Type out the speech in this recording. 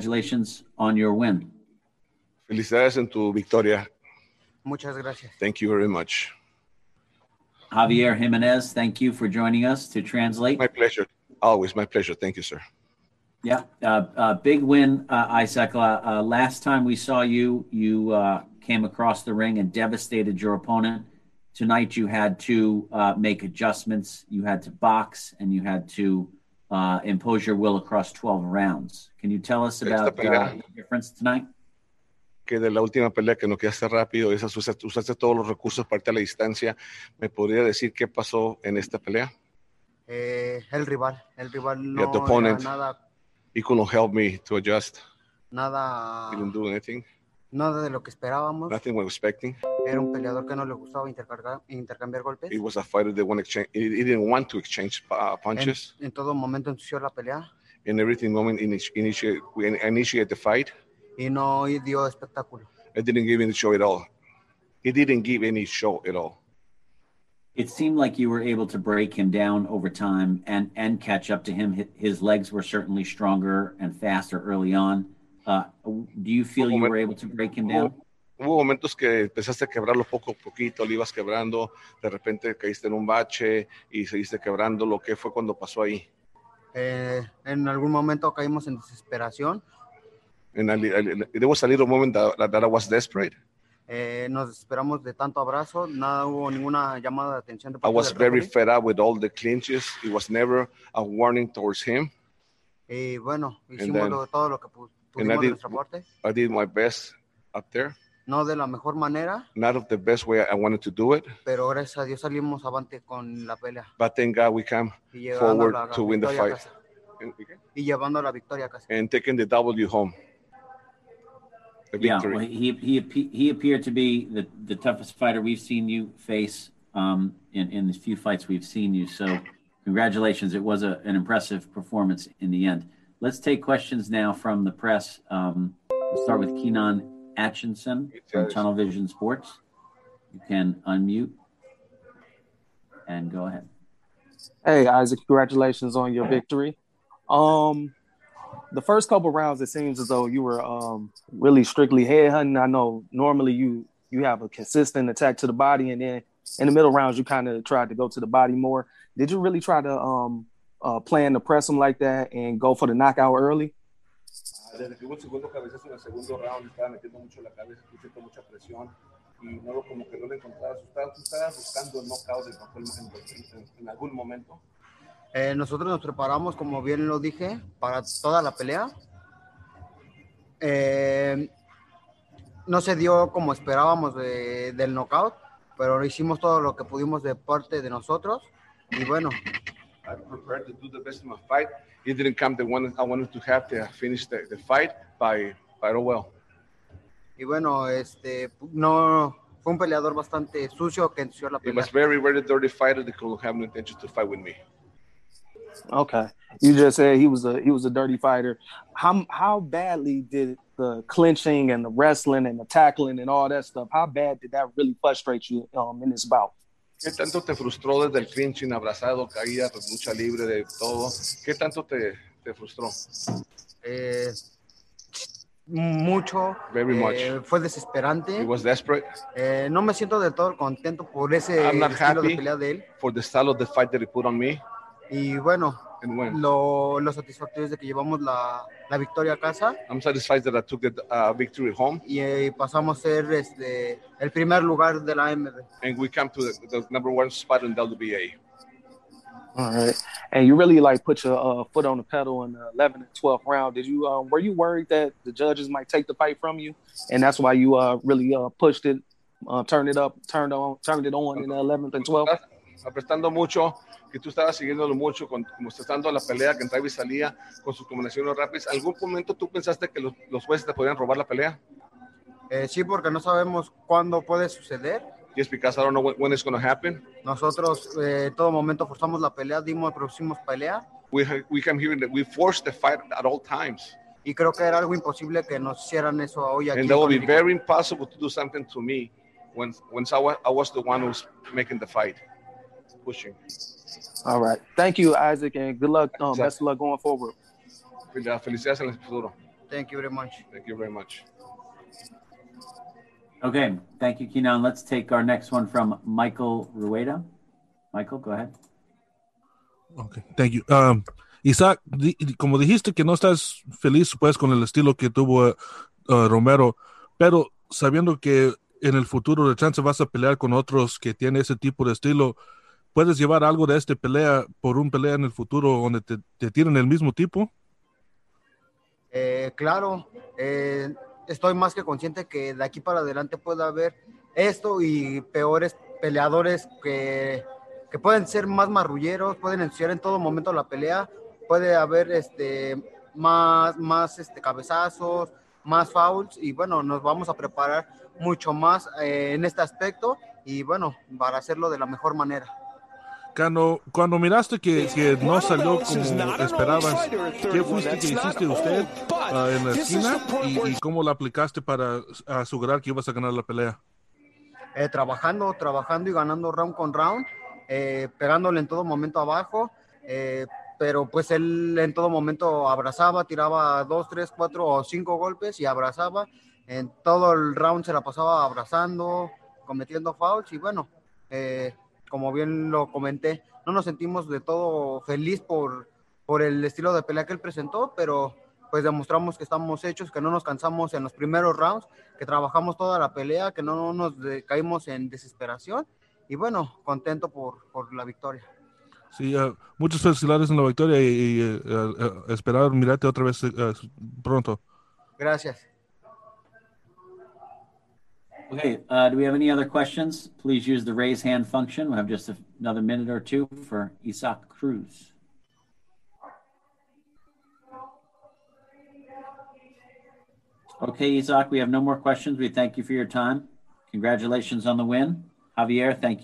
Congratulations on your win. Felicidades en tu victoria. Muchas gracias. Thank you very much. Javier Jimenez, thank you for joining us to translate. My pleasure. Always my pleasure. Thank you, sir. Yeah, uh, uh, big win, uh, Isaac. Uh, uh, last time we saw you, you uh, came across the ring and devastated your opponent. Tonight, you had to uh, make adjustments. You had to box and you had to uh, impose your will across 12 rounds. Can you tell us Esta about uh, pelea- the difference tonight? Que de la última pelea que nos quedaste rápido, esas usaste, usaste todos los recursos para irte a la distancia. ¿Me podría decir qué pasó en esta pelea? Eh, el rival, el rival no Yeah, the era opponent. nada, You couldn't help me to adjust. nada, Didn't do anything. nada de lo que esperábamos. Nothing was expecting. Era un peleador que no le gustaba intercargar- intercambiar golpes. He was a fighter that won't exchange. He, he didn't want to exchange uh, En, punches. en todo momento ensució la pelea In everything moment, initi- initiate, we initiate the fight. y no dio espectáculo. It didn't give any show at all. He didn't give any show at all. It seemed like you were able to break him down over time and and catch up to him. Hi- His legs were certainly stronger and faster early on. Uh, do you feel you were able to break him down? Hubo momentos que empezaste a quebrarlo poco a poquito, lo ibas quebrando, de repente caíste en un bache y seguiste quebrando. Lo que fue cuando pasó ahí? Eh, en algún momento caímos en desesperación, En debo salir un momento that, that I was desperate. eh, nos desesperamos de tanto abrazo, nada hubo ninguna llamada de atención de I parte was del very referee. fed up with all the clinches. It was never a warning towards him. Y bueno, hicimos then- lo- todo lo que pu- I pudimos de did- nuestra parte, I did my best up there, no de la mejor manera, not of the best way I wanted to do it, pero gracias a Dios salimos avante con la pelea but thank God we came y llevando Forward la, la to win the victoria a fight. casa. and, Y llevando la victoria a casa. and taking the W home. The Yeah, victory. well, he he appe- he appeared to be the, the toughest fighter we've seen you face um, in in the few fights we've seen you. So, congratulations! It was a, an impressive performance in the end. Let's take questions now from the press. Um, we'll start with Keenan Atchinson from Tunnel Vision Sports. You can unmute and go ahead. Hey Isaac, congratulations on your victory. Um, the first couple rounds, it seems as though you were um really strictly head hunting. I know normally you you have a consistent attack to the body, and then in the middle rounds you kind of tried to go to the body more. Did you really try to um uh, plan to press him like that and go for the knockout early? Desde que hubo el segundo cabezazo en el segundo round, estaba metiendo mucho la cabeza, estoy siento mucha presión y no lo como que no le encontraba. Tú estabas, tú estabas buscando el knockout de Rafael en, en, en algún momento. Eh, nosotros nos preparamos, como bien lo dije, para toda la pelea. Eh, no se dio como esperábamos de- del knockout, pero hicimos todo lo que pudimos de parte de nosotros. Y bueno, I prepared to do the best in my fight. It didn't come the one I wanted to have to finish the, the fight by, by oh well. y bueno, este, no, fue un peleador bastante sucio que ensució la It pelea. was very, very dirty fighter that could have no intention to fight with me. Okay, you just said he was a he was a dirty fighter. How how badly did the clinching and the wrestling and the tackling and all that stuff? How bad did that really frustrate you um, in this bout? ¿Qué tanto te frustró desde el clinching, abrazado, caída, pues, lucha libre, de todo? ¿Qué tanto te, te frustró? Eh, mucho, Very eh, fue desesperante. It was desperate Eh, no me siento del todo contento por ese I'm not estilo happy. de pelea de él. for the style of the fight that he put on me. Y bueno, and win. lo, lo satisfactorio es de que llevamos la, la victoria a casa I'm satisfied that I took the uh, victory home y eh, pasamos a ser este, el primer lugar de la AMB. and we come to the, the number one spot in WBA. All right, and you really like put your uh, foot on the pedal in the 11th and 12th round. Did you um, were you worried that the judges might take the fight from you, and that's why you uh, really uh, pushed it, uh, turned it up, turned on, turned it on in the 11th and 12th? Estás Apretando mucho, que tú estabas siguiéndolo mucho, con, como estando la pelea que entraba y salía con sus combinaciones rápidas. ¿Algún momento tú pensaste que los, los jueces te podían robar la pelea? Eh, sí, porque no sabemos cuándo puede suceder. Yes, because I don't know when, when it's going to happen. Nosotros eh, en todo momento forzamos la pelea, dimos, producimos pelea We, ha- we come here and we force the fight at all times. y creo que era algo imposible que nos hicieran eso hoy aquí. And that will con be el- very impossible to do something to me when, once I was, I was the one who's making the fight, pushing. All right, thank you, Isaac, and good luck. Um, Exactly. best of luck going forward. Fel- Felicidades en el futuro. Thank you very much. Thank you very much. Okay, thank you, Keenan. Let's take our next one from Michael Rueda. Michael, go ahead. Okay, thank you. Um, Isaac, di- como dijiste que no estás feliz pues con el estilo que tuvo eh, eh, Romero, pero sabiendo que en el futuro de chance vas a pelear con otros que tienen ese tipo de estilo, ¿puedes llevar algo de este pelea por un pelea en el futuro donde te, te tiren el mismo tipo? Eh, claro, eh, estoy más que consciente que de aquí para adelante puede haber esto y peores peleadores que, que pueden ser más marrulleros, pueden ensuciar en todo momento la pelea, puede haber este, más, más este, cabezazos, más fouls y bueno, nos vamos a preparar mucho más eh, en este aspecto y bueno, para hacerlo de la mejor manera. Cano, cuando miraste que, que no salió como esperabas, ¿qué fuiste que hiciste usted ah, en la esquina y, y cómo la aplicaste para asegurar que ibas a ganar la pelea? eh, trabajando, trabajando y ganando round con round, eh, pegándole en todo momento abajo, eh, pero pues él en todo momento abrazaba, tiraba dos, tres, cuatro o cinco golpes y abrazaba. En todo el round se la pasaba abrazando, cometiendo fouls y bueno, eh, como bien lo comenté, no nos sentimos de todo feliz por, por el estilo de pelea que él presentó, pero pues demostramos que estamos hechos, que no nos cansamos en los primeros rounds que trabajamos toda la pelea, que no nos de- caímos en desesperación y bueno, contento por, por la victoria. Sí, ah, muchos felicidades en la victoria y, y, eh, ah, ah, esperar mirarte otra vez eh, ah, pronto. Gracias. Okay, uh, do we have any other questions? Please use the raise hand function. We'll have just a- another minute or two for Isak Cruz. Okay, Isak, we have no more questions. We thank you for your time. Congratulations on the win. Javier, thank you.